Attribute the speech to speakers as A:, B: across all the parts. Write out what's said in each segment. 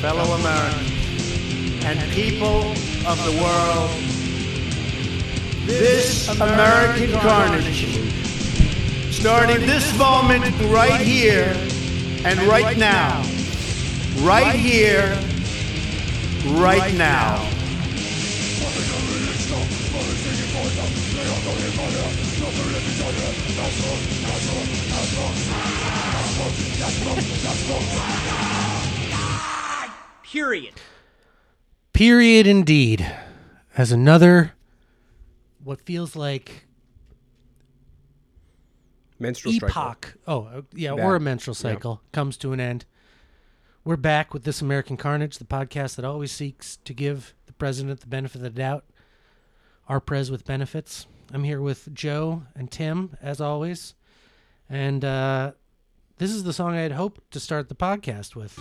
A: fellow Americans, and people of the world, this American carnage, starting this moment right here and right now, right here, right now.
B: Period.
C: Period indeed. As another, what feels like
D: Menstrual
C: epoch.
D: strike.
C: Oh, uh, yeah,
D: Yeah.
C: or a menstrual
D: Yeah.
C: cycle comes to an end. We're back with This American Carnage, the podcast that always seeks to give the president the benefit of the doubt. Our pres with benefits. I'm here with Joe and Tim, as always. And uh, this is the song I had hoped to start the podcast with.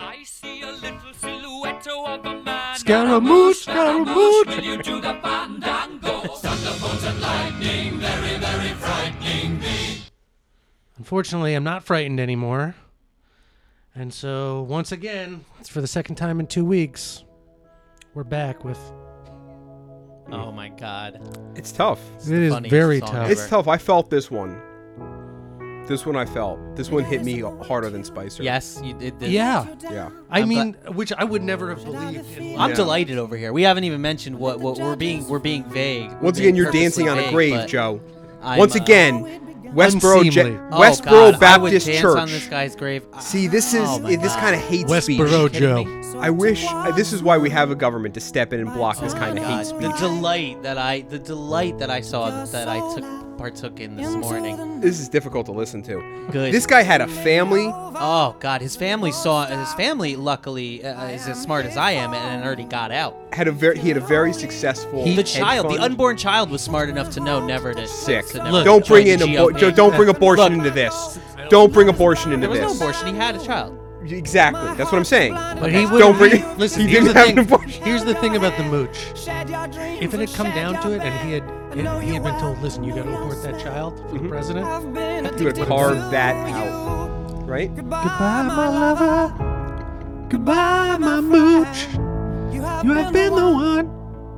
E: I see a little silhouette of a man.
C: Scaramouche,
E: Will
C: Scaramouche.
E: you do the fandango? Thunderbolts and lightning, very, very frightening me.
C: Unfortunately, I'm not frightened anymore. And so, once again, it's for the second time in two weeks. We're back with.
B: Oh my god.
D: It's tough.
C: It is
B: funniest
C: very
B: song
C: tough.
B: ever.
D: It's tough. I felt this one. This one I felt. This one hit me harder than Spicer.
B: Yes, you did this.
C: Yeah.
D: Yeah.
C: I
B: I'm
C: mean, which I would never have believed in. life.
B: I'm delighted over here. We haven't even mentioned what, what we're being we're being vague. We're
D: Once
B: being
D: again, you're
B: purposely
D: dancing on a
B: vague,
D: grave,
B: but
D: Joe.
B: I'm,
D: Once
B: uh,
D: again, Westboro, Je-
C: Unseemly.
B: oh
D: Westboro
B: God, I would
D: Baptist
B: dance
D: Church.
B: on this guy's grave. I-
D: See, this is
B: Oh my
D: this
B: God.
D: kind of hate
C: Westboro
D: speech.
C: Joe.
D: I wish uh, this is why we have a government to step in and block this
B: Oh
D: kind
B: my
D: of hate
B: God,
D: speech.
B: The delight that I the delight that I saw that I took partook in this morning.
D: This is difficult to listen to.
B: Good.
D: This guy had a family.
B: Oh God, his family saw his family. Luckily, uh, is as smart as I am and already got out.
D: Had a very he had a very successful.
B: The
D: hedge
B: child, the
D: fund.
B: unborn child, was smart enough to know never to
D: sick.
B: To never
C: Look,
D: don't bring
B: join
D: in
B: the
D: abor-
B: GOP.
D: Joe, don't bring abortion
B: Look,
D: into this. Don't bring abortion into
B: There was no
D: this.
B: abortion. He had a child.
D: exactly. That's what I'm saying.
C: But he wouldn't-
D: Don't bring-
C: Listen,
D: he
C: here's
D: didn't
C: the
D: have
C: thing.
D: an abortion.
C: Here's the thing about the mooch. If it had come down to it, and he had and he had been told, "Listen, you got to abort that child for the president."
D: You would carve that out, right?
C: Goodbye, my lover. Goodbye, my mooch. You have been the one.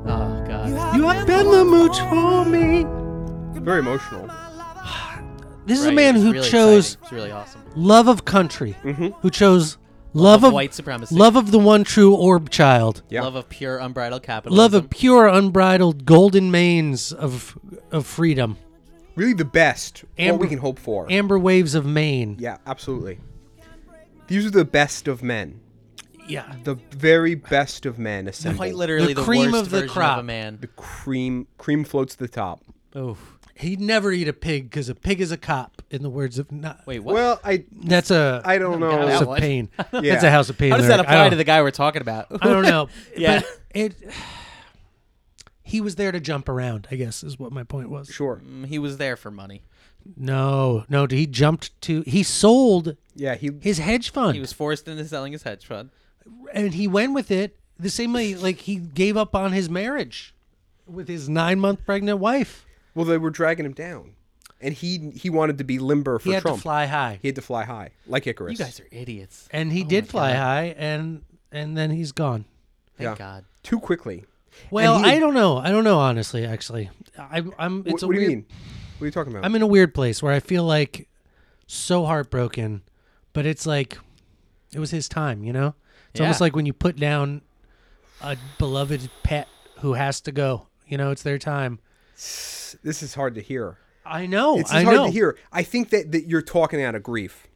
B: Oh God.
C: You have been the mooch for me.
D: Very emotional.
C: This is
B: Right,
C: a man
B: it's
C: who
B: really
C: chose
B: exciting. It's really awesome.
C: love of country,
D: Mm-hmm.
C: who chose love,
B: of
C: of
B: white supremacy.
C: love of the one true orb child,
D: Yeah.
B: Love of pure unbridled capitalism.
C: love of pure, unbridled golden manes of of freedom,
D: Really, the best. what
C: Amber-
D: we can hope for.
C: amber waves of Maine.
D: yeah, absolutely. These are the best of men.
C: Yeah.
D: The very best of men assembled.
B: quite literally the,
C: The cream
B: worst
C: of the
B: version of a
C: crop.
B: man.
D: The cream cream floats to the top.
C: Oh, he'd never eat a pig because a pig is a cop. In the words of not,
B: Wait, what?
D: Well, I
C: that's a
D: I don't know.
C: house
B: that
C: of
B: one.
C: pain.
D: Yeah.
C: That's a house of pain.
B: How does that
C: lyric. I
B: apply
C: don't-
B: to the guy we're talking about?
C: I don't know.
B: Yeah.
C: But it. He was there to jump around. I guess is what my point was.
D: sure.
B: Mm, he was there for money.
C: No, no. He jumped to. He sold
D: Yeah, he
C: his hedge fund.
B: He was forced into selling his hedge fund.
C: and he went with it the same way like he gave up on his marriage with his nine month pregnant wife
D: well they were dragging him down, and he he wanted to be limber for
C: he had
D: Trump.
C: to fly high
D: He Oh had to fly high, like Icarus.
B: You guys are idiots.
C: and he did fly high and and then he's gone
B: Thank
D: Yeah.
B: God.
D: too quickly.
C: well
D: he-
C: i don't know i don't know honestly actually I, i'm
D: Wh-
C: it's a
D: what do
C: weird
D: you mean? What are you talking about?
C: i'm in a weird place where i feel like so heartbroken but it's like it was his time you know it's almost
B: Yeah.
C: like when you put down a beloved pet who has to go you know it's their time
D: this is hard to hear.
C: i know
D: It's
C: Oh, i
D: hard
C: know
D: to hear. I think that, that you're talking out of grief.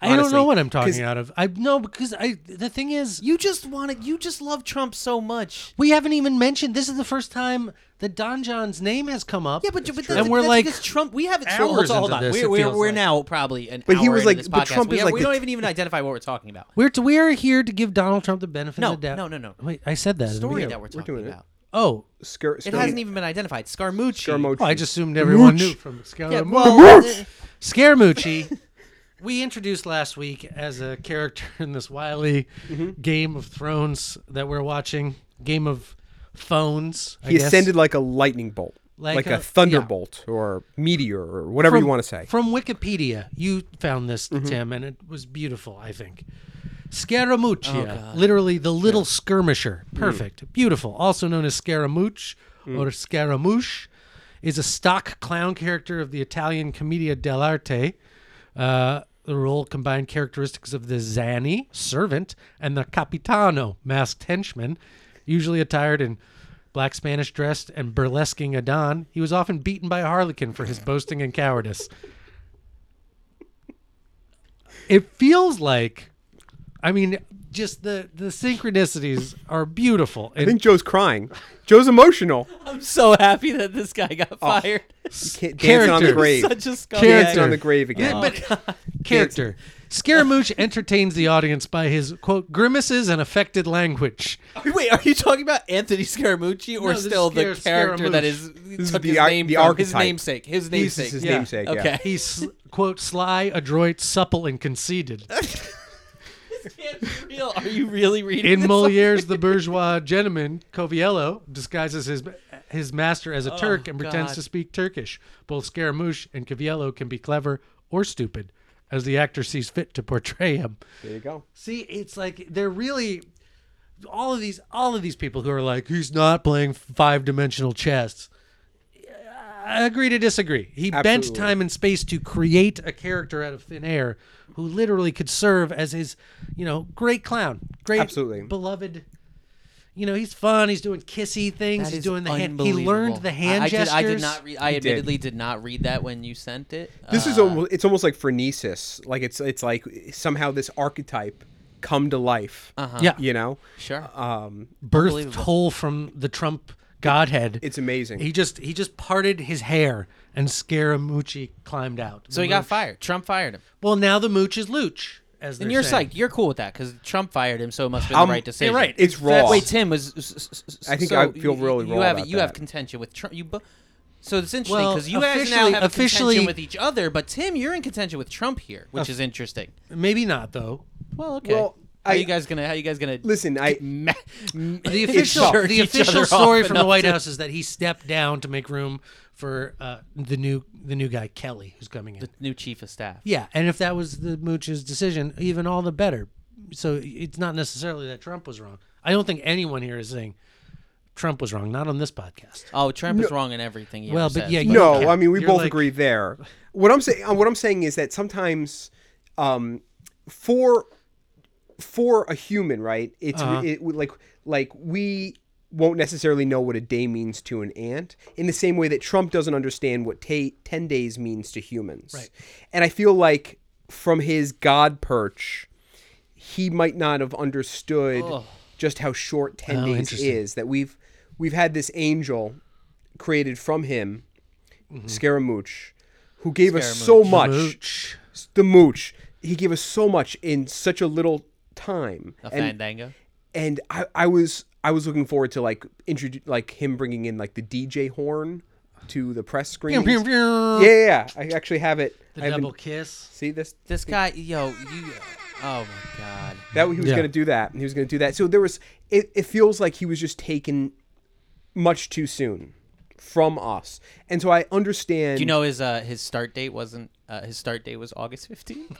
C: I don't
D: honestly,
C: know what I'm
D: 'cause-
C: talking out of. I no because I the thing is
B: You just wanted. You just love Trump so much.
C: we haven't even mentioned this is the first time that Don John's name has come up.
B: Yeah, but, but that's,
C: and we're
B: that's
C: like
B: because Trump. We haven't. so- hold
C: hours
B: on, hold
C: into
B: on.
C: this,
B: we're
C: it
B: we're,
C: feels
B: we're
C: like.
B: now probably an
D: But he
B: hour
D: was
B: into
D: like-
B: this
D: but
B: podcast.
D: Trump
B: we,
D: is
B: have-
D: like
B: we
D: the-
B: don't even even identify what we're talking about.
C: we're to, we're here to give Donald Trump the benefit
B: No,
C: of the doubt.
B: no, no, no.
C: Wait, I said that. at
B: The
C: the
B: story
C: beginning.
B: that we're
D: we're
B: talking
D: doing it.
B: about.
C: Oh,
D: Scare,
B: It hasn't even been identified. Scaramucci.
C: well, I just assumed everyone knew from
B: Yeah,
C: Scaramucci.
B: well, uh,
C: Scaramucci, we introduced last week as a character in this wily
B: Mm-hmm.
C: Game of Thrones that we're watching. Game of Phones. I
D: he
C: guess.
D: ascended like a lightning bolt.
C: Like,
D: like
C: a-
D: a,
C: yeah.
D: thunderbolt or meteor or whatever
C: From-
D: you want to say. Mm-hmm.
C: From Wikipedia, you found this, Tim, and it was beautiful, I think.
B: Oh,
C: Scaramuccia, literally the little skirmisher.
D: Mm.
C: Perfect. Beautiful. Also known as Scaramouche or Scaramouche, is a stock clown character of the Italian Commedia dell'arte. Uh, the role combined characteristics of the Zani, servant, and the Capitano, masked henchman, usually attired in black Spanish dress and burlesquing a Don. He was often beaten by a harlequin for his boasting and cowardice. It feels like, I mean, just the, the synchronicities are beautiful.
D: I think Joe's crying. Joe's emotional.
B: I'm so happy that this guy got
C: Oh.
B: fired.
D: Can't- Dancing on the
C: Character.
D: grave.
B: Such a scumbag.
D: Dancing
C: Character.
D: on the grave again.
C: but character. Scaramouche entertains the audience by his quote grimaces and affected language.
B: Wait, are you talking about Anthony Scaramucci or
C: No, this is
B: still the
C: Scar-
B: character that
C: Scaramouche.
B: is
D: is
B: took
D: the
B: his
D: ar-
B: name
D: the
B: from his
D: archetype.
B: namesake? His
D: This
B: namesake.
D: is his
C: Yeah.
D: namesake.
B: Okay.
C: He's sl- quote sly, adroit, supple, and conceited.
B: Can't be real. Are you really reading
C: In
B: this?
C: Moliere's The Bourgeois Gentleman, Coviello disguises his his master as a Turk and pretends
B: God.
C: to speak Turkish. Both Scaramouche and Coviello can be clever or stupid, as the actor sees fit to portray him.
D: There you go.
C: See, it's like they're really all of these all of these people who are like, who's not playing five dimensional chess? I agree to disagree. He bent
D: Absolutely.
C: time and space to create a character out of thin air who literally could serve as his, you know, great clown, great
D: Absolutely.
C: beloved. You know, he's fun. He's doing kissy things.
B: That
C: he's
B: is
C: doing the hand. He
B: unbelievable.
C: learned the hand
B: I, I
C: gestures.
B: Did, I did not. Read, I
D: did.
B: admittedly did. not read that when you sent it.
D: This is
B: Uh,
D: almost it's almost like phrenesis. Like it's it's like somehow this archetype come to life. Uh-huh.
C: yeah,
D: You know?
B: Uh, sure.
D: Um
C: birthed
B: Unbelievable.
C: whole from the Trump godhead.
D: it's amazing.
C: He just he just parted his hair and Scaramucci climbed out.
B: so he got fired. Trump fired him.
C: well now the mooch is looch. As
B: And
C: they're
B: you're
C: saying.
B: psyched. You're cool with that because Trump fired him, so it must have been
D: I'm-
B: the right decision.
C: You're right.
D: it's
C: That's-
D: raw.
B: Wait, Tim was. s- s- s-
D: I think
B: so
D: I feel
B: you-
D: really
B: you
D: raw
B: have
D: about
B: you have
D: that.
B: contention with Trump. You bo- so it's interesting
C: Well,
B: because you guys now
C: officially-
B: have
C: officially-
B: contention with each other, but Tim, you're in contention with Trump here, which is interesting.
C: Maybe not though.
B: Well, okay.
D: Well,
B: how
D: I-
B: you guys gonna? How you guys gonna?
D: Listen, I
C: The official
B: jerked
C: the
B: each other
C: official
B: off
C: story from the
B: enough
C: White
B: to-
C: House is that he stepped down to make room for uh, the new the new guy Kelly who's coming in.
B: new chief of staff.
C: yeah, and if that was the mooch's decision, even all the better. So it's not necessarily that Trump was wrong. I don't think anyone here is saying Trump was wrong. Not on this podcast.
B: Oh, Trump is wrong in everything. He
C: Well,
B: ever
C: but
B: says.
C: yeah, you-
D: No,
C: Okay.
D: I mean we
C: You're
D: both
C: like-
D: agree there. What I'm saying, what I'm saying is that sometimes, um, for for a human, right? It's
C: Uh-huh.
D: it, like like we won't necessarily know what a day means to an ant in the same way that Trump doesn't understand what ta 10 days means to humans.
C: Right.
D: And I feel like from his god perch he might not have understood just how short 10
C: Oh,
D: days
C: interesting.
D: is that we've we've had this angel created from him
C: Mm-hmm.
D: Scaramouche, who gave us so much.
C: Mooch.
D: The Mooch. He gave us so much in such a little time.
B: a
D: and
B: fandango.
D: and I, I was I was looking forward to like introduce like him bringing in like the DJ horn to the press screen.
C: pew,
D: Yeah,
C: pew.
D: yeah, yeah. I actually have it.
C: The
D: I have
C: double
D: been-
C: kiss.
D: See this?
B: This guy, yo, you. Oh my god.
D: That he was
C: Yeah.
D: going to do that. and He was going to do that. So there was. It, it feels like he was just taken much too soon from us, and so I understand.
B: Do you know his uh, his start date wasn't uh, his start date was August 15th?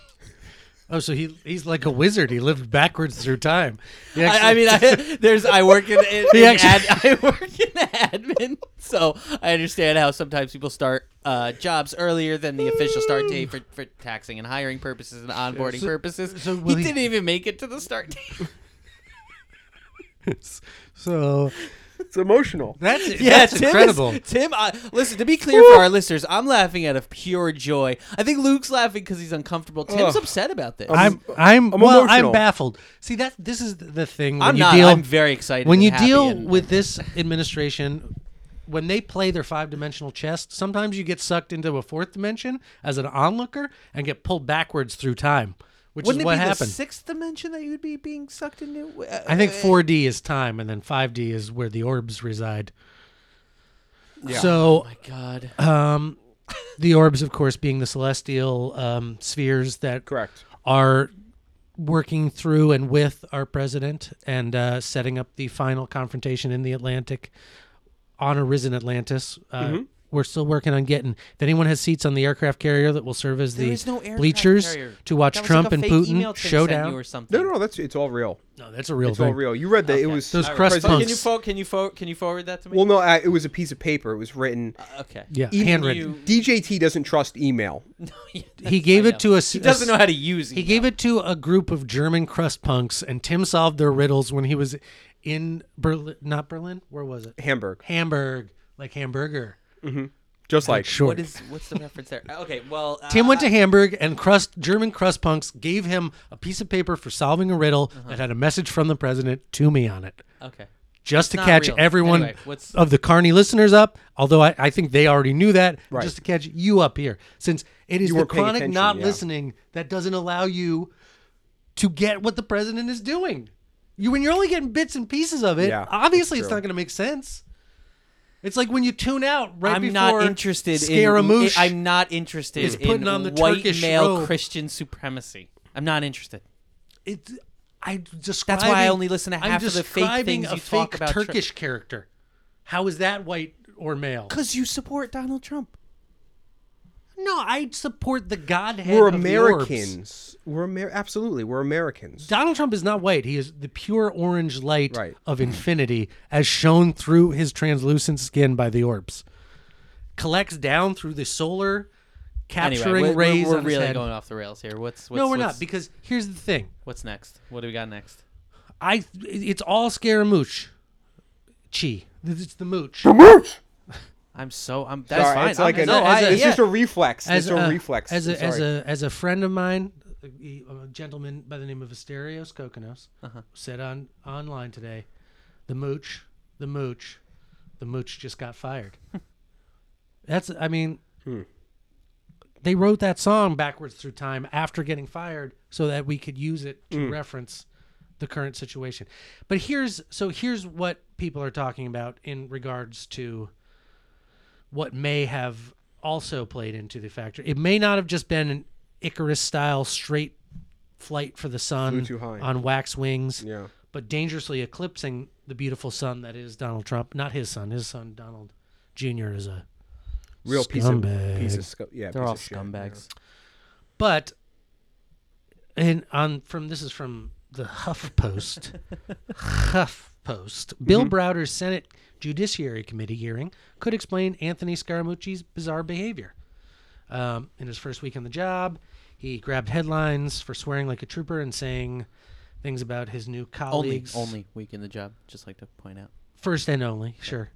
C: Oh, so he he's like a wizard. He lived backwards through time. He actually-
B: I, I mean, I, there's I work in, in,
C: He
B: in
C: actually-
B: ad, I work in admin, so I understand how sometimes people start uh, jobs earlier than the official start date for, for taxing and hiring purposes and onboarding purposes.
C: so
B: he,
C: will he-
B: didn't even make it to the start date.
C: so
D: it's emotional.
C: that's that's
B: Tim is-
C: incredible.
B: Tim, I, listen to be clear for our listeners, I'm laughing out of pure joy. I think Luke's laughing because he's uncomfortable. Tim's upset about this.
C: I'm I'm,
D: I'm
C: well, I'm
D: emotional.
C: baffled. See that this is the thing when
B: I'm
C: you
B: not.
C: deal
B: I'm very excited.
C: when
B: and
C: you
B: happy
C: deal
B: and-
C: with this administration. When they play their five dimensional chess, sometimes you get sucked into a fourth dimension as an onlooker and get pulled backwards through time, which
B: Wouldn't
C: is
B: it
C: what
B: be
C: happened.
B: the sixth dimension that you would be being sucked into? Uh,
C: I think 4D is time, and then 5D is where the orbs reside. So
B: my God.
C: Um, the orbs, of course, being the celestial um, spheres that
D: Correct.
C: are working through and with our president and uh, setting up the final confrontation in the Atlantic on a risen Atlantis. Uh,
D: Mm-hmm.
C: We're still working on getting. If anyone has seats on the aircraft carrier that will serve as
B: There
C: the
B: is no aircraft
C: bleachers
B: carrier.
C: to watch
B: That was
C: Trump
B: like a
C: and
B: fake email
C: Putin
B: Tim
C: showdown.
B: sent you or something.
D: No, no, no, that's it's all real.
C: no, that's a real
D: It's
C: thing.
D: all real. You read that it
B: Okay.
D: was
C: Those
D: All
C: crust
B: Can you
C: punks.
B: forward? Can you forward? Can you forward that to me?
D: Well, no, I, it was a piece of paper. It was written.
B: okay.
C: Yeah,
D: Even
C: Uh, handwritten.
B: you-
D: DJT doesn't trust email.
C: he gave it to us.
B: He doesn't know how to use.
C: He gave it to a group of German crust punks, and Tim solved their riddles when he was in Berlin. Not Berlin. Where was it?
D: Hamburg,
C: Hamburg, like hamburger.
D: just like
C: Short.
B: What is? What's the reference there? Okay. Well, uh,
C: Tim went to Hamburg, and crust German crust punks gave him a piece of paper for solving a riddle
B: Uh-huh.
C: that had a message from the president to me on it,
B: uh, Okay.
C: just to
B: Not
C: catch
B: real.
C: everyone
B: Anyway, what's-
C: of the Carney listeners up. Although I, I think they already knew that,
D: Right.
C: just to catch you up here, since it is
D: You
C: the
D: weren't paying
C: chronic
D: attention,
C: not
D: yeah.
C: listening that doesn't allow you to get what the president is doing. You when you're only getting bits and pieces of it,
D: Yeah,
C: obviously
D: it's
C: it's
D: true.
C: not going to make sense. It's like when you tune out right
B: I'm
C: before
B: not interested in.
C: Scaramouche.
B: I'm not interested
C: is
B: in
C: putting on the
B: white
C: Turkish
B: male
C: robe.
B: Christian supremacy. I'm not interested.
C: it I describing.
B: why I only listen to
C: I'm
B: half of the fake
C: describing
B: things
C: a
B: you talk
C: fake
B: about Tur-
C: Turkish character. How is that white or male?
B: Because you support Donald Trump.
C: No, I support the godhead.
D: we're
C: of the orbs.
D: Americans. We're Amer- absolutely we're Americans.
C: Donald Trump is not white. He is the pure orange light
D: Right.
C: of infinity, as shown through his translucent skin by the orbs. Collects down through the solar,
B: Anyway,
C: capturing
B: we're,
C: rays.
B: we're, we're
C: on his
B: really
C: head.
B: going off the rails here. What's, what's
C: No, we're
B: what's,
C: not. Because here's the thing.
B: what's next? What do we got next?
C: I it's all scaramouche. Chi. It's the mooch. The mooch.
B: I'm so. I'm. That's
D: Sorry,
B: fine.
D: It's like
B: I'm,
D: a,
B: no, I-
C: as a-
D: it's
B: yeah.
D: just a reflex.
C: as
D: it's a,
C: a-
D: reflex.
C: As a,
D: I'm
C: as
D: sorry.
C: a as a friend of mine, a, a gentleman by the name of Asterios Kokonos,
D: Uh-huh.
C: said on online today, the mooch, the mooch, the mooch just got fired. That's I mean,
D: Hmm.
C: they wrote that song backwards through time after getting fired, so that we could use it to
D: Hmm.
C: reference the current situation. But here's so here's what people are talking about in regards to what may have also played into the factor. It may not have just been an Icarus style straight flight for the sun
D: too high.
C: on wax wings,
D: Yeah.
C: but dangerously eclipsing the beautiful sun that is Donald Trump. Not his son, his son Donald Jr. is a
D: real piece
C: scumbag.
D: of piece of scu- yeah.
B: They're
D: piece
B: all
D: of shit.
B: scumbags.
C: but and on from this is from the HuffPost. HuffPost. Bill
D: Mm-hmm.
C: Browder's Senate Judiciary Committee hearing could explain Anthony Scaramucci's bizarre behavior. Um, in his first week on the job, he grabbed headlines for swearing like a trooper and saying things about his new
B: Only,
C: colleagues.
B: only week in the job. Just like to point out.
C: First and only, sure.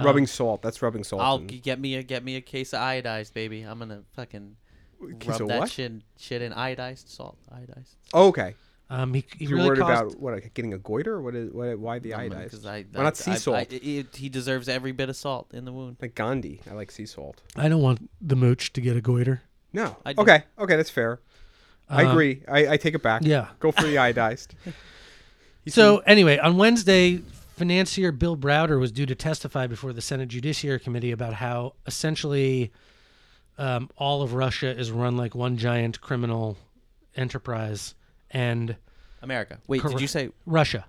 D: Rubbing salt. That's rubbing salt. Mm.
B: I'll
D: in-
B: get me a get me a case of iodized, baby. I'm gonna fucking
D: case
B: rub
D: of
B: that
D: what?
B: shit shit in iodized salt, iodized.
D: oh, okay.
C: Um, he, he
D: You're
C: really
D: worried
C: caused-
D: about what? like, Getting a goiter? What is? What, why the iodized?
B: Because I,
D: Why not sea
B: I- I-
D: salt?
B: I- it- he deserves every bit of salt in the wound.
D: like Gandhi. I like sea salt.
C: I don't want the mooch to get a goiter.
D: No.
B: I do.
D: okay. Okay, that's fair. I agree. I, I take it back.
C: Um, yeah.
D: Go for the iodized.
C: So anyway, on Wednesday, financier Bill Browder was due to testify before the Senate Judiciary Committee about how essentially um, all of Russia is run like one giant criminal enterprise, and
B: America. Wait, did you
C: Correct.
B: say
C: Russia,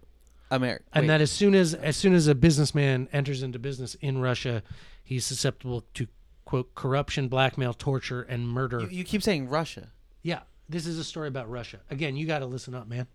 B: America?
C: and that as soon as as soon as a businessman enters into business in Russia, he's susceptible to quote corruption, blackmail, torture, and murder.
B: you keep saying Russia.
C: yeah, this is a story about Russia. Again, you got to listen up, man.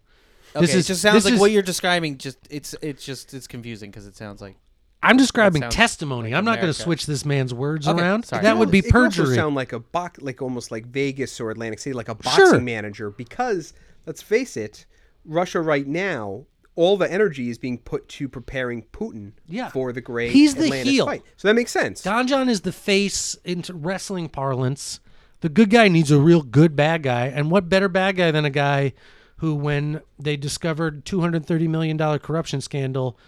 B: Okay,
C: This is-
B: it just sounds
C: this
B: like
C: is-
B: what you're describing. Just it's it's just it's confusing because it sounds like
C: I'm describing
B: sounds
C: testimony. I'm not going
B: America.
C: to switch this man's words
B: Okay,
C: around.
B: sorry.
C: That would be
D: It could also
C: perjury.
D: sound like a box, like almost like Vegas or Atlantic City, like a boxing
C: Sure.
D: manager. Because let's face it, Russia right now, all the energy is being put to preparing Putin
C: Yeah.
D: for the great
C: He's the
D: Atlantis
C: heel.
D: fight. So that makes sense.
C: Donjon is the face in wrestling parlance. The good guy needs a real good bad guy, and what better bad guy than a guy who, when they discovered two hundred thirty million dollar corruption scandal,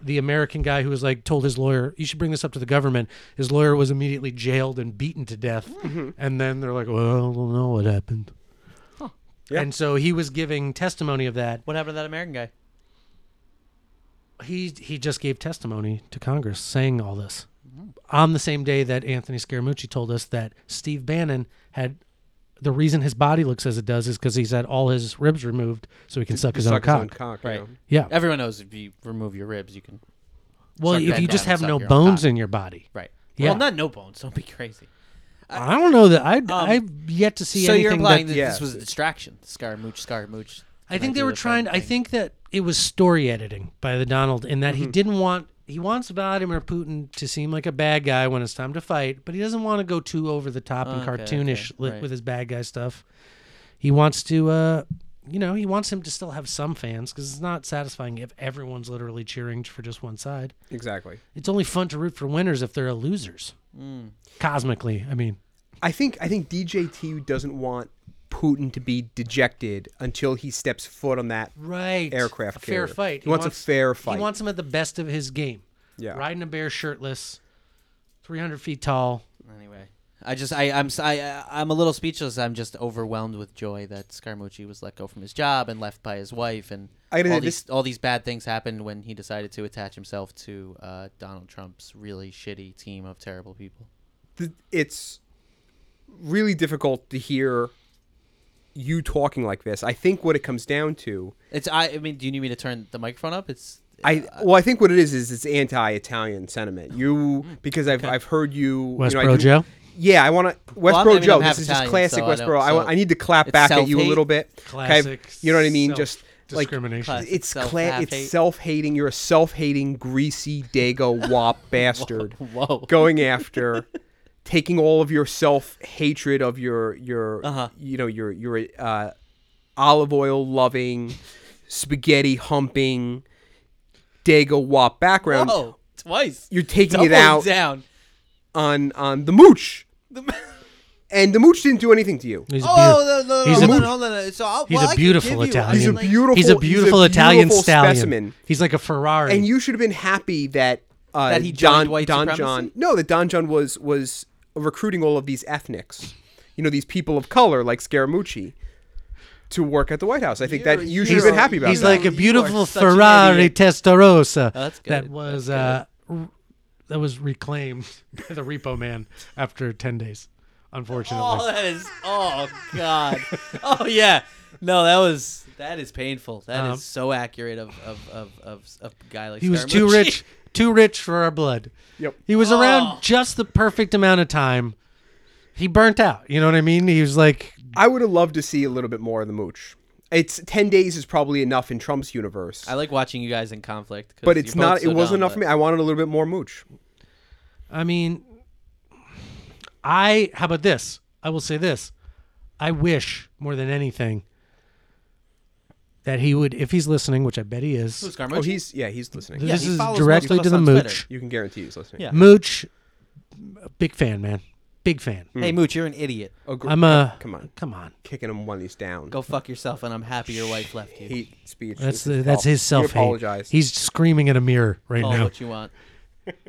C: the American guy who was like told his lawyer, "You should bring this up to the government." His lawyer was immediately jailed and beaten to death,
D: Mm-hmm.
C: and then they're like, "Well, I don't know what happened."
D: Yeah.
C: And so he was giving testimony of that.
B: what happened to that American guy?
C: He he just gave testimony to Congress saying all this on the same day that Anthony Scaramucci told us that Steve Bannon had the reason his body looks as it does is because he's had all his ribs removed so he can suck his own
D: Suck his
C: cock.
D: own cock, you
B: Right.
D: know.
C: Yeah,
B: Everyone knows if you remove your ribs, you can
C: Well,
B: Suck
C: if
B: that
C: you just
B: down,
C: have
B: suck
C: no
B: your own
C: bones
B: cock.
C: in your body,
B: right?
C: Yeah.
B: Well, not no bones. Don't be crazy.
C: I don't know that. I I've yet to see
B: so
C: anything.
B: you're implying
C: that-
B: that,
D: yeah.
B: this was a distraction? Scaramouche, Scaramouche.
C: I think
B: might
C: they
B: do
C: were
B: the
C: trying.
B: friend
C: I
B: thing.
C: think that it was story editing by the Donald, in that he
B: Mm-hmm.
C: didn't want. He wants Vladimir Putin to seem like a bad guy when it's time to fight, but he doesn't want to go too over the top and
B: Okay, okay,
C: cartoonish li-
B: right.
C: with his bad guy stuff. He wants to, uh, you know, he wants him to still have some fans because it's not satisfying if everyone's literally cheering for just one side.
D: Exactly.
C: It's only fun to root for winners if they're losers.
B: Mm.
C: Cosmically, I mean.
D: I think I think DJT doesn't want Putin to be dejected until he steps foot on that.
C: right
D: aircraft
C: a fair
D: carrier.
C: fight.
D: He wants a fair fight.
C: He wants him at the best of his game.
D: Yeah.
C: riding a bear shirtless, three hundred feet tall.
B: Anyway, I just I I'm s- I am a little speechless. I'm just overwhelmed with joy that Scaramucci was let go from his job and left by his wife, and
D: I gotta
B: all
D: say, this-
B: these all these bad things happened when he decided to attach himself to uh, Donald Trump's really shitty team of terrible people.
D: Th- It's really difficult to hear you talking like this. I think what it comes down to,
B: It's I I mean, do you need me to turn the microphone up? It's
D: I well, I think what it is is it's anti-Italian sentiment. You
B: Mm-hmm.
D: because I've I've heard you
C: Westboro
D: you know, I do-
C: Joe?
D: Yeah, I want to Westboro
B: I'm- I mean, I'm
D: Joe.
B: half
D: This is just
B: Italian,
D: classic
B: so I
D: Westboro.
B: don't-
D: I, wa-
B: so
D: I need to clap
B: it's
D: back at you a
B: self-hate.
D: little bit. Okay,
C: Classic.
D: you know what I mean?
C: self-
D: Just like
C: discrimination.
B: Classic
D: it's
B: self-
D: cla-
B: half-hate.
D: it's self-hating. You're a self-hating, greasy dago wop bastard
B: whoa.
D: going after, taking all of your self-hatred of your your you know your your uh, olive oil loving, spaghetti humping, dago wop background.
B: oh twice.
D: You're taking it
B: Doubling
D: out
B: down.
D: on on the mooch, and the mooch didn't do anything to you.
C: He's a
B: Oh,
C: beaut-
B: no, no,
C: he's
B: no,
C: a
B: no,
C: beaut-
B: no, no, no. So I'll,
C: he's
B: well, I
C: a
B: can
C: beautiful
B: give you- I
C: Italian.
D: He's a
B: mean, like-
D: beautiful.
C: He's a
D: he's
C: beautiful Italian
D: beautiful
C: stallion.
D: specimen.
C: He's like a Ferrari.
D: and you should have been happy that uh,
B: That he
D: Don,
B: joined white
D: Don
B: supremacy?
D: John. No, that Don John was was recruiting all of these ethnics, you know, these people of color like Scaramucci, to work at the White House. I think that you should have been happy about.
C: he's
D: that.
C: like
B: You
C: a
B: are
C: beautiful
B: such an
C: Ferrari
B: idiot.
C: Testarossa.
B: Oh, that's good.
C: That was uh, r- that was reclaimed by the Repo Man after ten days. Unfortunately,
B: Oh, that is. Oh God. oh yeah. No, that was that is painful. That is
C: Um,
B: so accurate of of of of, of a guy like
C: he was
B: Scaramucci.
C: too rich, too rich for our blood.
D: Yep.
C: He was
B: Oh.
C: around just the perfect amount of time. He burnt out. You know what I mean? He was like,
D: I would have loved to see a little bit more of the mooch. It's ten days is probably enough in Trump's universe,
B: I like watching you guys in conflict, 'cause
D: but
B: you're
D: it's
B: both
D: not.
B: so
D: it wasn't
B: dumb,
D: enough for me. I wanted a little bit more mooch. Oh,
C: I mean, I, how about this? I will say this. I wish more than anything that he would, if he's listening, which I bet he is,
B: but- Scaramucci?
D: Oh, he's yeah, he's listening.
C: this
B: he
C: is
B: follows
C: directly
B: Monkey
C: to the
B: Puss on Twitter.
C: Mooch.
D: You can guarantee he's listening.
B: Yeah.
C: Mooch, big fan, man. Big fan.
B: Hey Mooch, you're an idiot.
D: Agree-
C: I'm a,
D: Oh, come on,
C: come on.
D: kicking him one of these down.
B: Go fuck yourself, and I'm happy your wife left you.
D: hate speech.
C: That's,
D: This is
C: that's
D: awful.
C: his self
D: You
C: hate.
D: apologize.
C: He's screaming at a mirror right
B: Call it
C: now.
B: what you want.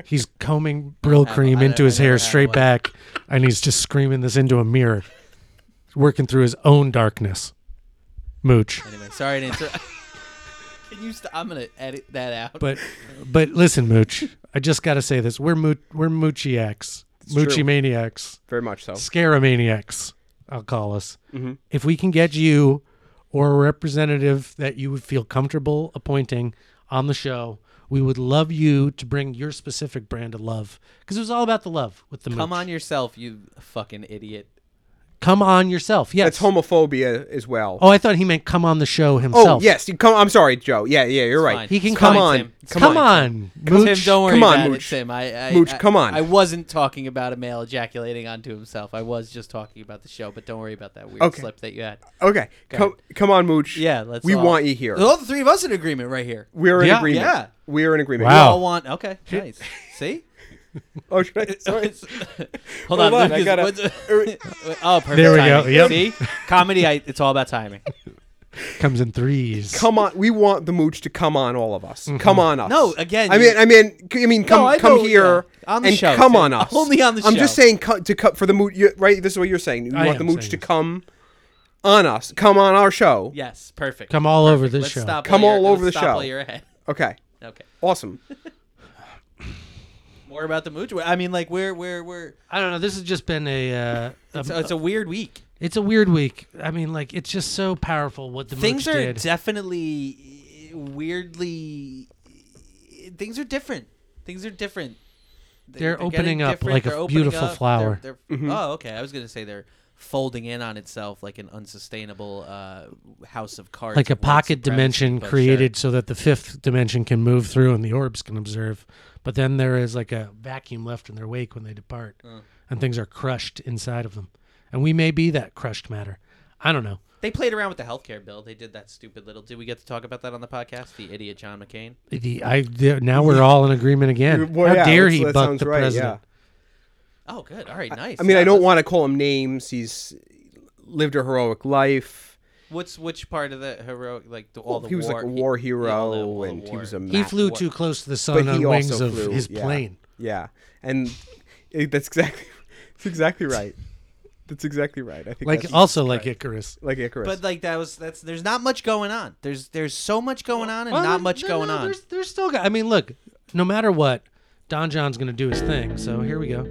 C: He's combing Brill
B: have-
C: cream
B: I
C: into
B: don't-
C: his
B: I never
C: hair
B: had
C: straight
B: one.
C: back, and he's just screaming this into a mirror, working through his own darkness. Mooch.
B: Anyway, sorry to interrupt. Can you? St- I'm gonna edit that out.
C: But but listen, Mooch. I just got to say this: we're Mooch, we're Moochiacs, Moochie
D: true.
C: maniacs,
D: very much so.
C: Scaramaniacs. I'll call us.
B: Mm-hmm.
C: If we can get you or a representative that you would feel comfortable appointing on the show, we would love you to bring your specific brand of love because it was all about the love with the
B: come
C: Mooch.
B: on yourself, you fucking idiot.
C: come on yourself. Yes.
D: That's homophobia as well.
C: Oh, I thought he meant come on the show
D: Oh,
C: himself.
D: yes, you come. I'm sorry, Joe. Yeah, yeah, you're right.
B: fine.
C: He can
B: It's
C: come
B: fine,
C: on.
B: Tim. It's
C: Come,
B: fine,
C: on.
B: Tim,
C: Mooch.
B: don't worry
D: come on,
B: about it,
D: Mooch.
B: Tim. I, I,
D: Mooch,
B: I-
D: come on.
B: I wasn't talking about a male ejaculating onto himself. I was just talking about the show, but don't worry about that weird
D: Okay.
B: slip that you had.
D: Okay, come, come on, Mooch.
B: Yeah, let's.
D: We
B: all-
D: want you here.
B: All the three of us in agreement right here. We
D: We're in
C: Yeah.
D: agreement.
B: Yeah.
D: we're in agreement.
C: Wow.
B: all want. Okay, nice. See.
D: Oh, should I, sorry.
B: Hold
D: Hold
B: on,
D: on, I
B: Lucas,
D: gotta- er,
B: what's- oh, perfect.
C: There we go,
B: timing.
C: yep.
B: See, comedy. I, it's all about timing.
C: Comes in threes.
D: Come on, we want the Mooch to come on all of us. Come on us.
B: Mm-hmm. No, again,
D: I
B: you-
D: mean, I mean, c- I mean, come,
B: I
D: come
B: know,
D: here
B: yeah. On the
D: and
B: show,
D: come
B: too.
D: on us.
B: Only on the
D: I'm
B: show.
D: just saying, co- to cut for the Mooch. you right, this is what you're saying. You
C: I
D: want the
C: am
D: Mooch
C: saying
D: to
C: this.
D: come on us. Come on our show.
B: Yes, perfect.
C: Come all over this
B: Let's
C: show.
B: stop.
D: Come
B: while
D: all
B: you're-
D: over
B: let's
D: the
B: stop
D: show.
B: while you're ahead.
D: Okay,
B: Okay.
D: awesome.
B: More about the mooch. I mean, like we're we're we're.
C: I don't know. This has just been a, uh, a-
B: It's, it's a weird week.
C: it's a weird week. I mean, like it's just so powerful what the
B: things
C: Mooch
B: are
C: did.
B: definitely weirdly things are different Things are different. They-
C: They're
B: getting
C: opening up
B: different.
C: like a
B: They're opening
C: beautiful
B: up. They're-
C: flower.
B: they're-
D: Mm-hmm.
B: Oh, okay. I was gonna say they're folding in on itself like an unsustainable uh, house of cards,
C: like a
B: of white
C: pocket
B: supremacy,
C: dimension
B: but sure.
C: created so that the fifth dimension can move through and the orbs can observe. But then there is like a vacuum left in their wake when they depart, and things are crushed inside of them. And we may be that crushed matter. I don't know.
B: They played around with the healthcare bill. They did that stupid little. Did we get to talk about that on the podcast? The idiot John McCain.
C: The, I the, now we're all in agreement again.
D: Well,
C: How
D: yeah,
C: dare
D: that's-
C: he
D: that
C: buck
D: sounds
C: the
D: right,
C: president?
B: Oh, good. All right, nice.
D: I mean, I
B: Yeah,
D: don't
B: let's-
D: want to call him names. He's lived a heroic life.
B: What's which part of the heroic? Like the, all the
D: he was like a
B: he-
D: war
B: yeah, all the- all
D: hero,
B: the
D: and he
B: war.
D: was a
C: He
D: ma-
C: flew too close to the sun on wings of his
D: yeah,
C: plane.
D: Yeah, and it, that's exactly that's exactly right. That's exactly right. I think
C: Like
D: that's-
C: also like Icarus.
D: like Icarus.
B: But like that was that's there's not much going on. There's there's so much going on and
C: Well,
B: not
C: there-
B: much
C: no,
B: going
C: no,
B: on.
C: There's, there's still. Got, I mean, look. No matter what, Don John's gonna do his thing. So here we go.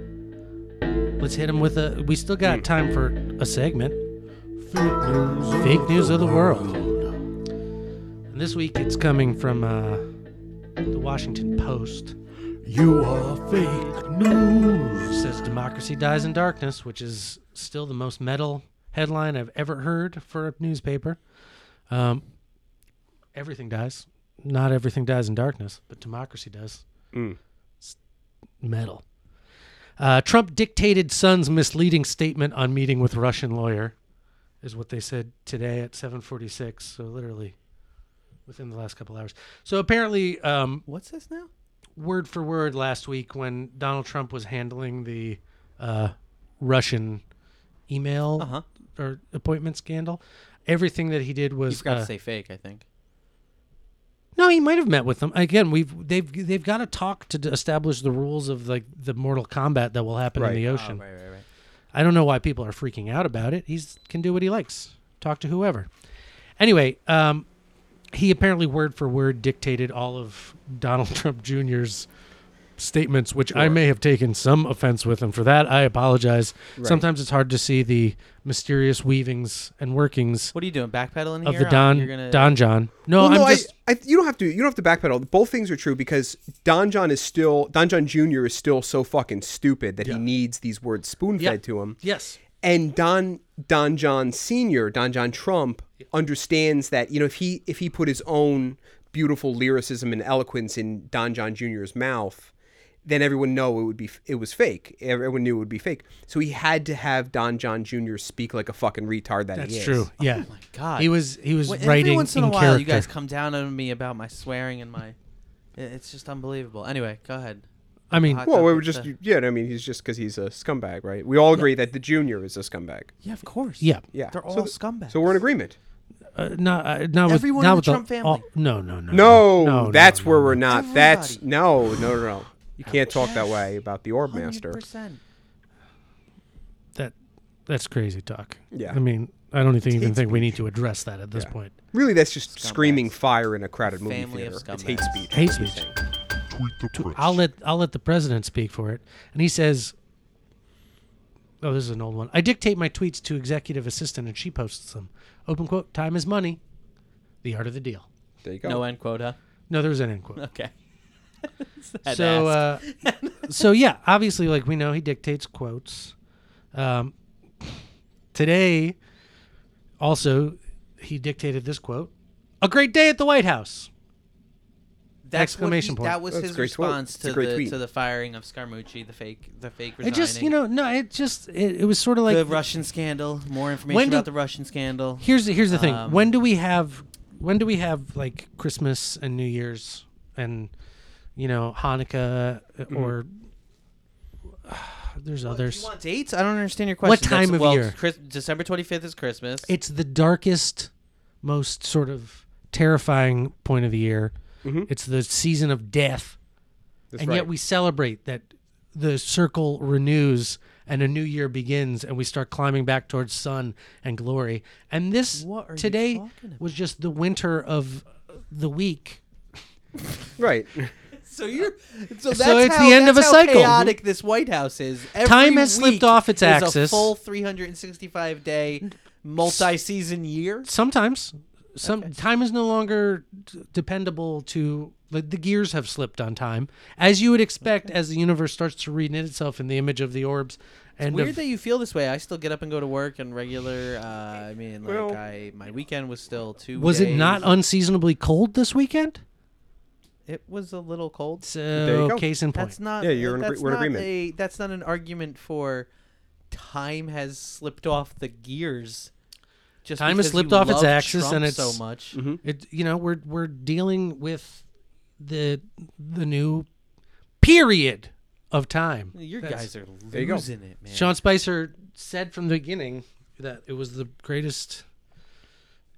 C: Let's hit him with a. We still got time for a segment. Hmm. Fake news. of the world. And this week it's coming from uh, the Washington Post. You are fake news. Says democracy dies in darkness, which is still the most metal headline I've ever heard for a newspaper. Um, everything dies. Not everything dies in darkness, but democracy does.
B: Mm.
C: It's metal. Uh, Trump dictated son's misleading statement on meeting with Russian lawyer, is what they said today at 7:46. So literally, within the last couple hours. So apparently, um,
B: What's this now?
C: word for word last week when Donald Trump was handling the uh, Russian email
B: Uh-huh.
C: or appointment scandal, everything that he did was
B: You forgot
C: uh,
B: to say fake. I think.
C: No, he might have met with them. Again, we've they've they've got to talk to d- establish the rules of like the mortal combat that will happen in
D: Right.
C: the
B: Oh,
C: ocean.
B: right, right, right.
C: I don't know why people are freaking out about it. He's can do what he likes. Talk to whoever. Anyway, um, he apparently word for word dictated all of Donald Trump Jr.'s statements, which I may have taken some offense with, and for that I apologize. Sometimes it's hard to see the mysterious weavings and workings
B: What are you doing? Backpedaling
C: of
B: here?
C: the Don
B: You're gonna-
C: Don John. No,
D: Well,
C: I'm
D: no, I-
C: just
D: I, you don't have to. You don't have to backpedal. Both things are true because Don John is still Don John Jr. is still so fucking stupid that he needs these words spoon fed
C: Yeah.
D: to him.
C: yes.
D: and Don Don John Senior, Don John Trump, understands that you know if he if he put his own beautiful lyricism and eloquence in Don John Junior's mouth, then everyone know it would be it was fake. Everyone knew it would be fake. So he had to have Don John Jr. speak like a fucking retard that he
C: That's
D: is.
C: true. Yeah.
B: Oh my god.
C: He was he was
B: Well,
C: writing
B: every once in, a
C: in
B: while,
C: character.
B: you guys come down on me about my swearing and my. it- It's just unbelievable. Anyway, go ahead.
C: I mean,
B: Hot
D: Well, we
B: topic,
D: were just
B: uh,
D: yeah. I mean, he's just because he's a scumbag, right? We all agree that the Junior is a scumbag.
B: yeah, of course.
C: yeah.
D: Yeah,
B: They're all
D: so, th-
B: scumbags.
D: So we're in agreement.
C: Uh, not uh, not with
B: Everyone
C: not
B: in the
C: with
B: Trump family.
C: all- no, no, no,
D: No,
C: no,
D: that's
C: no,
D: where
C: no,
D: we're
C: no.
D: not. That's no, no, no, no. You can't talk that way about the Orb Master.
B: 100%.
C: That that's crazy talk.
D: Yeah.
C: I mean, I don't even even think we need to address that at this point.
D: Really, that's just screaming fire in a crowded movie
B: Family of
D: theater. It's hate
B: scumbags.
D: speech.
C: Hate speech. I'll let I'll let the president speak for it, and he says. Oh, this is an old one. I dictate my tweets to executive assistant, and she posts them. Open quote: Time is money. The art of the deal.
D: There you go.
B: No end quota.
C: No, there's an end quote.
B: Okay. Had to
C: so
B: ask.
C: uh, so yeah obviously like we know he dictates quotes um, today also he dictated this quote a great day at the white house
B: That's what
C: exclamation
B: he-
C: point.
B: That was
D: That's a
B: his
D: great quote.
B: response
D: It's a
B: to
D: great
B: the
D: tweet.
B: to the firing of Scaramucci, the fake the fake
C: it
B: resigning.
C: just you know no it just it, it was sort of like
B: the Russian scandal. More information
C: When do-
B: about the Russian scandal.
C: here's the here's the thing
B: Um,
C: when do we have when do we have like christmas and new year's and you know hanukkah uh,
B: Mm-hmm.
C: or uh, there's
B: Do
C: others
B: you want dates? I don't understand your question.
C: What
B: That's-
C: time of
B: well,
C: year?
B: Chris, December twenty fifth is Christmas.
C: it's the darkest, most sort of terrifying point of the year. It's the season of death,
D: Mm-hmm. That's
C: and
D: right.
C: yet we celebrate that the circle renews and a new year begins, and we start climbing back towards sun and glory. And this
B: What are you
C: today
B: talking about?
C: was just the winter of the week.
D: right.
B: so you're so that's
C: it's
B: how,
C: the end
B: that's
C: of a
B: how
C: cycle.
B: Chaotic this White House is. Every
C: Time has slipped
B: week
C: off its
B: is
C: axis.
B: A full three hundred and sixty five day multi season year.
C: Sometimes, some time is no longer d- dependable to like, the gears have slipped on time as you would expect as the universe starts to reknit itself in the image of the orbs and
B: Weird
C: of-
B: that you feel this way. I still get up and go to work and regular. Uh, I mean, like
D: Well-
B: I, my weekend was still two.
C: was it
B: days.
C: not unseasonably cold this weekend
B: It was a little cold.
C: so
D: you go.
C: case in point
B: That's not.
D: Yeah, you're in agree-
B: that's
D: we're in
B: not
D: agreement.
B: A, that's not an argument for time has slipped off the gears. Just
C: Time has
B: because
C: slipped
B: you
C: off its
B: love
C: axis
B: Trump
C: and
B: so
C: it's-
B: much.
D: Mm-hmm.
C: It you know we're we're dealing with the the new period of time.
B: Your
C: That's-
B: guys are
D: you go.
B: losing it, man.
C: Sean Spicer said from the beginning that it was the greatest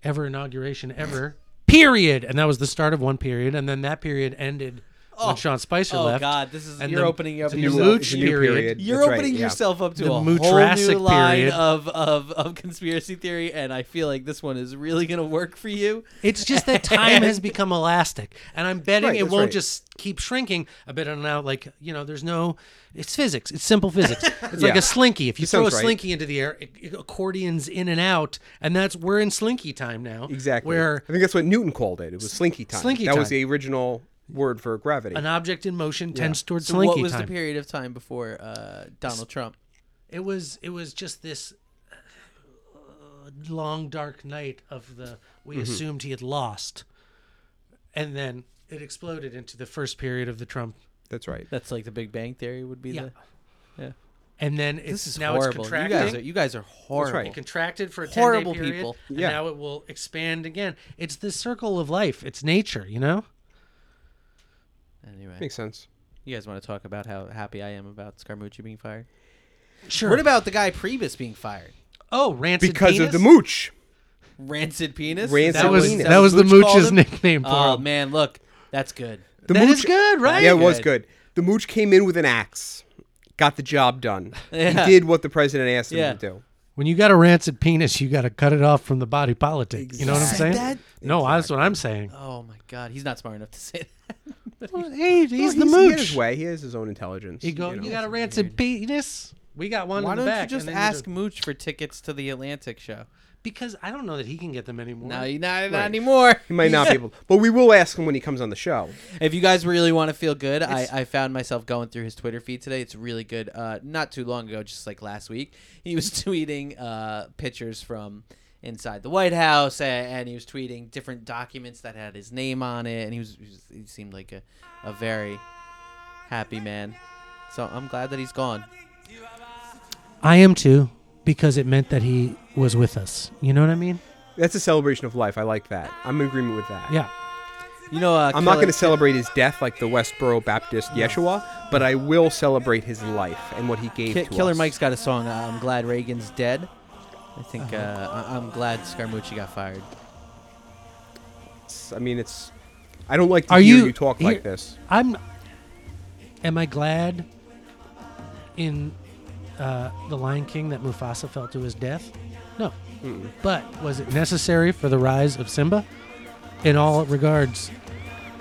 C: ever inauguration ever. period, and that was the start of one period, and then that period ended when Sean Spicer
B: oh
C: left.
B: God, this is
C: and
B: you're
C: the-
B: opening up
C: the
B: yourself.
C: Mooch
D: It's a new
C: period.
B: You're
D: That's right,
B: opening
D: yeah.
B: yourself up to
C: The
B: a
C: Mootrassic
B: whole new line
C: period.
B: of, of of conspiracy theory, and I feel like this one is really gonna work for you.
C: It's just that time has become elastic, and I'm betting
D: Right,
C: it
D: that's
C: won't
D: right.
C: just keep shrinking. I bet on now, like you know, there's no. It's physics. It's simple physics. It's like
D: Yeah.
C: a slinky. If you throw a
D: sounds right.
C: slinky into the air, it, it accordions in and out, and that's we're in slinky time now.
D: Exactly.
C: Where
D: I think that's what Newton called it. It was slinky time.
C: Slinky
D: that was
C: time.
D: the original word for gravity.
C: an object in motion tends towards
B: So
C: slinky
B: what was
C: time.
B: the period of time before uh, Donald Trump?
C: It was it was just this uh, long dark night of the we
B: Mm-hmm.
C: assumed he had lost, and then it exploded into the first period of the Trump
D: That's right.
B: That's like the Big Bang Theory would be
C: Yeah.
B: the. Yeah.
C: and then it's
B: This is
C: now
B: horrible.
C: it's
B: you
C: contracting.
B: guys are you guys are horrible.
D: right.
C: contracted for a
B: Horrible
C: ten day period,
B: people.
C: and
D: Yeah.
C: now it will expand again. It's the circle of life. It's nature, you know.
B: Anyway,
D: Makes sense.
B: you guys want to talk about how happy I am about Scaramucci being fired?
C: Sure.
B: What about the guy Priebus being fired?
C: oh rancid
D: Because
C: penis?
D: of the mooch.
B: Rancid penis. Is
D: Rancid
C: That was
D: Penis.
C: that, was the
B: what Mooch called
C: mooch's
B: him?
C: nickname for
B: Oh
C: him.
B: man, look, that's good.
D: The
C: That is good, right?
D: Yeah, it was
B: Good.
D: good. The mooch came in with an axe, got the job done.
B: Yeah.
D: He did what the president asked him
B: Yeah.
D: to do.
C: When you got a rancid penis, you got to cut it off from the body politic. You know what I'm
B: Said
C: saying?
B: that?
C: No, that's what I'm saying.
B: Oh my god, he's not smart enough to say that.
C: Hey, he's the
D: Well, He has
C: mooch.
D: his way. He has his own intelligence.
C: You go.
D: you
C: You,
D: know.
C: got a rancid penis. We got one.
B: Why
C: in the
B: don't
C: back,
B: you just
C: and then
B: ask Mooch for tickets to the Atlantic show?
C: Because I don't know that he can get them anymore.
B: No, you- not, not anymore.
D: He might not be able, but we will ask him when he comes on the show.
B: If you guys really want to feel good, I, I found myself going through his Twitter feed today. It's really good. Uh, not too long ago, just like last week, he was tweeting uh, pictures from inside the White House, a- and he was tweeting different documents that had his name on it, and he was he, was, he seemed like a, a very happy man. So I'm glad that he's gone.
C: I am too, because it meant that he was with us. You know what I mean?
D: That's a celebration of life. I like that. I'm in agreement with that.
C: Yeah.
B: You know, uh,
D: I'm not
B: Killer-
D: going to celebrate his death like the Westboro Baptist Yeshua, but I will celebrate his life and what he gave
B: Ki-
D: to
B: Killer
D: us.
B: Mike's got a song. Uh, I'm glad Reagan's dead. I
D: Uh-huh.
B: think uh, I- I'm glad Scaramucci got fired.
D: It's- I mean, it's. I don't like to
C: Are
D: hear
C: you-
D: you, talk
C: here-
D: like this.
C: I'm. Am I glad? In uh, the Lion King, that Mufasa fell to his death. No. But was it necessary for the rise of Simba? In all regards,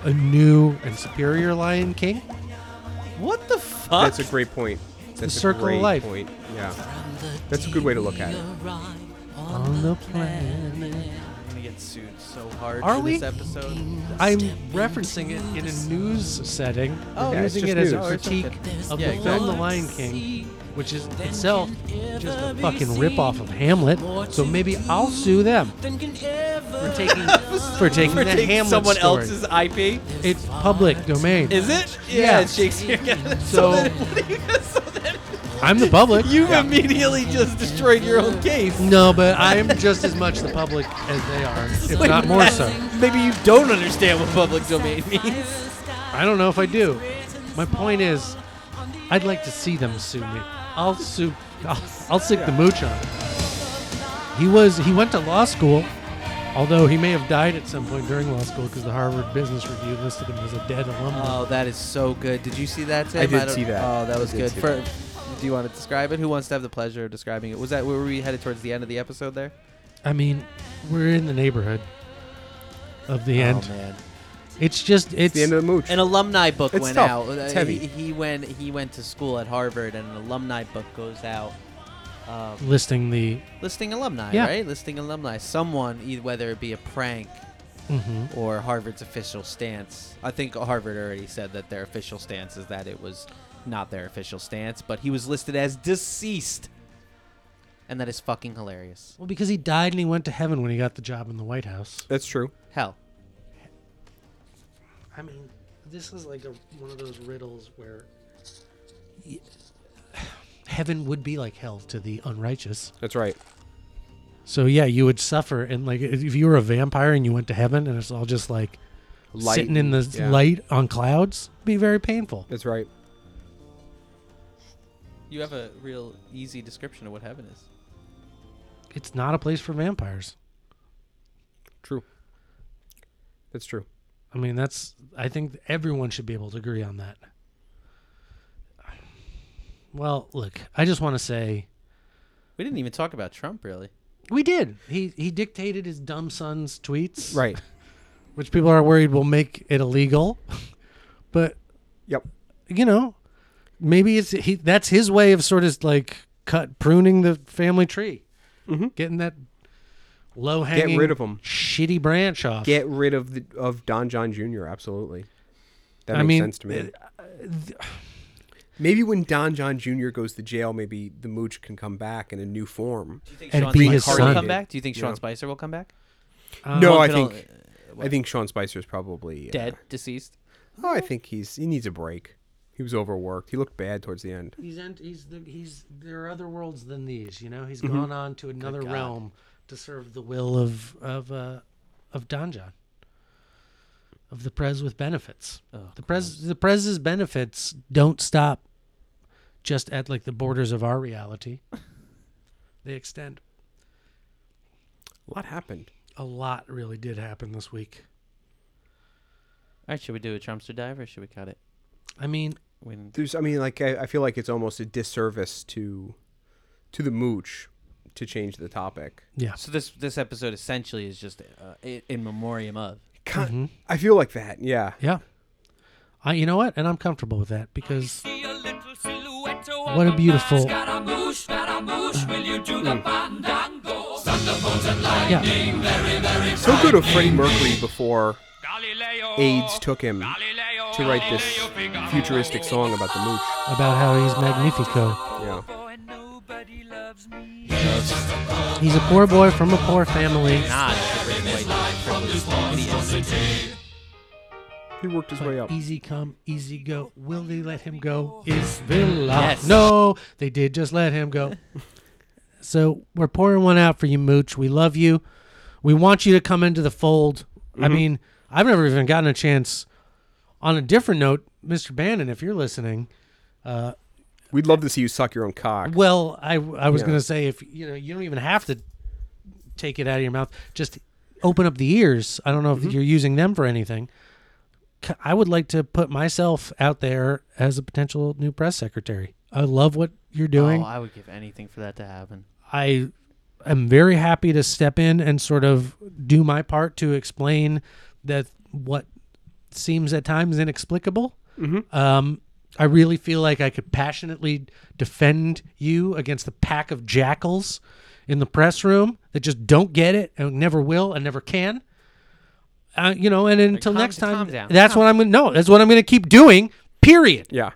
C: a new and superior Lion King.
B: What the fuck?
D: That's a great point. That's a
C: circle of
D: great
C: life.
D: Point. Yeah, that's a good way to look at it.
C: On the planet.
B: I'm gonna get sued so hard
C: Are
B: for
C: we?
B: this episode.
C: I'm referencing it in a news setting,
B: Oh,
D: Yeah, it's
C: using
D: just
C: it as
D: news.
C: a critique of
B: Yeah,
C: the
B: exactly.
C: film The Lion King, which is itself just a fucking ripoff of Hamlet. So maybe I'll sue them for taking for taking
B: For
C: the
B: taking
C: Hamlet
B: someone
C: story.
B: else's IP?
C: It's public domain.
B: Is it? Yeah,
C: Yeah.
B: it's Shakespeare. so,
C: So-
B: then, what are you gonna, so then
C: I'm the public.
B: you've immediately just destroyed your own case.
C: no, but I'm just as much the public as they are, if
B: Like,
C: not more so.
B: Maybe you don't understand what public domain means.
C: I don't know if I do. My point is, I'd like to see them sue me. I'll sue. I'll, I'll sick the mooch on. it. He was. He went to law school, although he may have died at some point during law school because the Harvard Business Review listed him as a dead alumni.
B: Oh, that is so good. Did you see that? Tim?
D: I did
B: don't-
D: see that.
B: Oh, that
D: I
B: was
D: did
B: good.
D: see
B: For, do you want to describe it? Who wants to have the pleasure of describing it? Was that were we headed towards the end of the episode there?
C: I mean, we're in the neighborhood of the end.
B: oh man.
C: It's just. It's.
D: It's the end of the mooch.
B: An alumni book
D: It's
B: went
D: tough.
B: out.
D: It's
B: Uh,
D: heavy.
B: He, he went he went to school at Harvard, and an alumni book goes out um,
C: listing the
B: listing alumni,
C: Yeah.
B: right? Listing alumni. Someone, e- whether it be a prank
C: mm-hmm.
B: or Harvard's official stance. I think Harvard already said that their official stance is that it was not their official stance, but he was listed as deceased. And that is fucking hilarious.
C: well because he died and he went to heaven when he got the job in the White House.
D: That's true.
B: Hell.
C: I mean, this is like a, one of those riddles where y- heaven would be like hell to the unrighteous.
D: That's right.
C: So yeah, you would suffer, and like if you were a vampire and you went to heaven, and it's all just like
D: Light
C: sitting in the
D: and- yeah.
C: light on clouds, be very painful.
D: That's right.
B: You have a real easy description of what heaven is.
C: It's not a place for vampires.
D: True. That's true.
C: I mean, that's I think everyone should be able to agree on that. Well, look, I just want to say
B: We didn't even talk about Trump, really.
C: we did. He he dictated his dumb son's tweets,
D: Right.
C: Which people are worried will make it illegal, but
D: Yep.
C: you know, maybe it's he. That's his way of sort of like cut pruning the family tree, getting that low hanging,
D: Mm-hmm. rid of 'em.
C: shitty branch off.
D: Get rid of the of Don John Jr. Absolutely. That
C: I
D: makes
C: mean,
D: sense to me. maybe when Don John Jr. goes to jail, maybe the mooch can come back in a new form.
B: Do you think
C: And
B: Sean
C: be
B: Spicer
C: his
B: will
C: son.
B: come back? Do you think Sean
D: Yeah.
B: Spicer will come back?
D: no,
B: One
D: I
B: can
D: think
B: only-
D: I think Sean Spicer's probably uh,
B: Dead, deceased.
D: Oh, I think he's he needs a break. He was overworked. He looked bad towards the end.
C: he's ent- he's the, he's there are other worlds than these. You know, he's gone on to another
B: God.
C: realm to serve the will of of uh, of Don John, of the Prez with benefits. the Prez the Prez's benefits don't stop just at like the borders of our reality. they extend.
D: A lot happened.
C: A lot really did happen this week.
B: All right, should we do a Trumpster dive or should we cut it?
C: I mean,
B: We didn't-
D: There's, I mean, like I, I feel like it's almost a disservice to to the mooch to change the topic.
C: yeah.
B: So this this episode essentially is just uh, i- in memoriam of.
D: Con- I feel like that. Yeah.
C: Yeah. I, you know what? And I'm comfortable with that because
E: See a little silhouette of
C: what a beautiful
E: Scaramouche, Scaramouche, will you do
D: Mm.
E: the fandango? Thunderbolts and lightning,
C: yeah.
E: very, very
D: So good of Freddie Mercury before
E: Galileo,
D: AIDS took him
E: Galileo,
D: to write this futuristic song about the mooch.
C: about how he's magnifico.
D: Yeah.
E: Boy, nobody loves me.
C: He's a poor boy from a poor family.
B: Not the rich white privileged idiot.
D: He worked his way up.
C: Easy come, easy go. Will they let him go? Is Villa?
B: Yes.
C: No, they did just let him go. so we're pouring one out for you, Mooch. We love you. We want you to come into the fold. I mean, I've never even gotten a chance. On a different note, Mr. Bannon, if you're listening,
D: We'd love to see you suck your own cock.
C: well, I I was
D: Yeah.
C: gonna say if you know you don't even have to take it out of your mouth, just open up the ears. I don't know if you're using them for anything. C- I would like to put myself out there as a potential new press secretary. I love what you're doing.
B: Oh, I would give anything for that to happen.
C: I am very happy to step in and sort of do my part to explain that what seems at times inexplicable.
B: Mm-hmm.
C: Um, I really feel like I could passionately defend you against the pack of jackals in the press room that just don't get it and never will and never can. Uh, you know, and until
B: calm-
C: next time,
B: calm down.
C: that's
B: Calm
C: what I'm gonna. No, that's what I'm gonna keep doing. Period.
D: Yeah.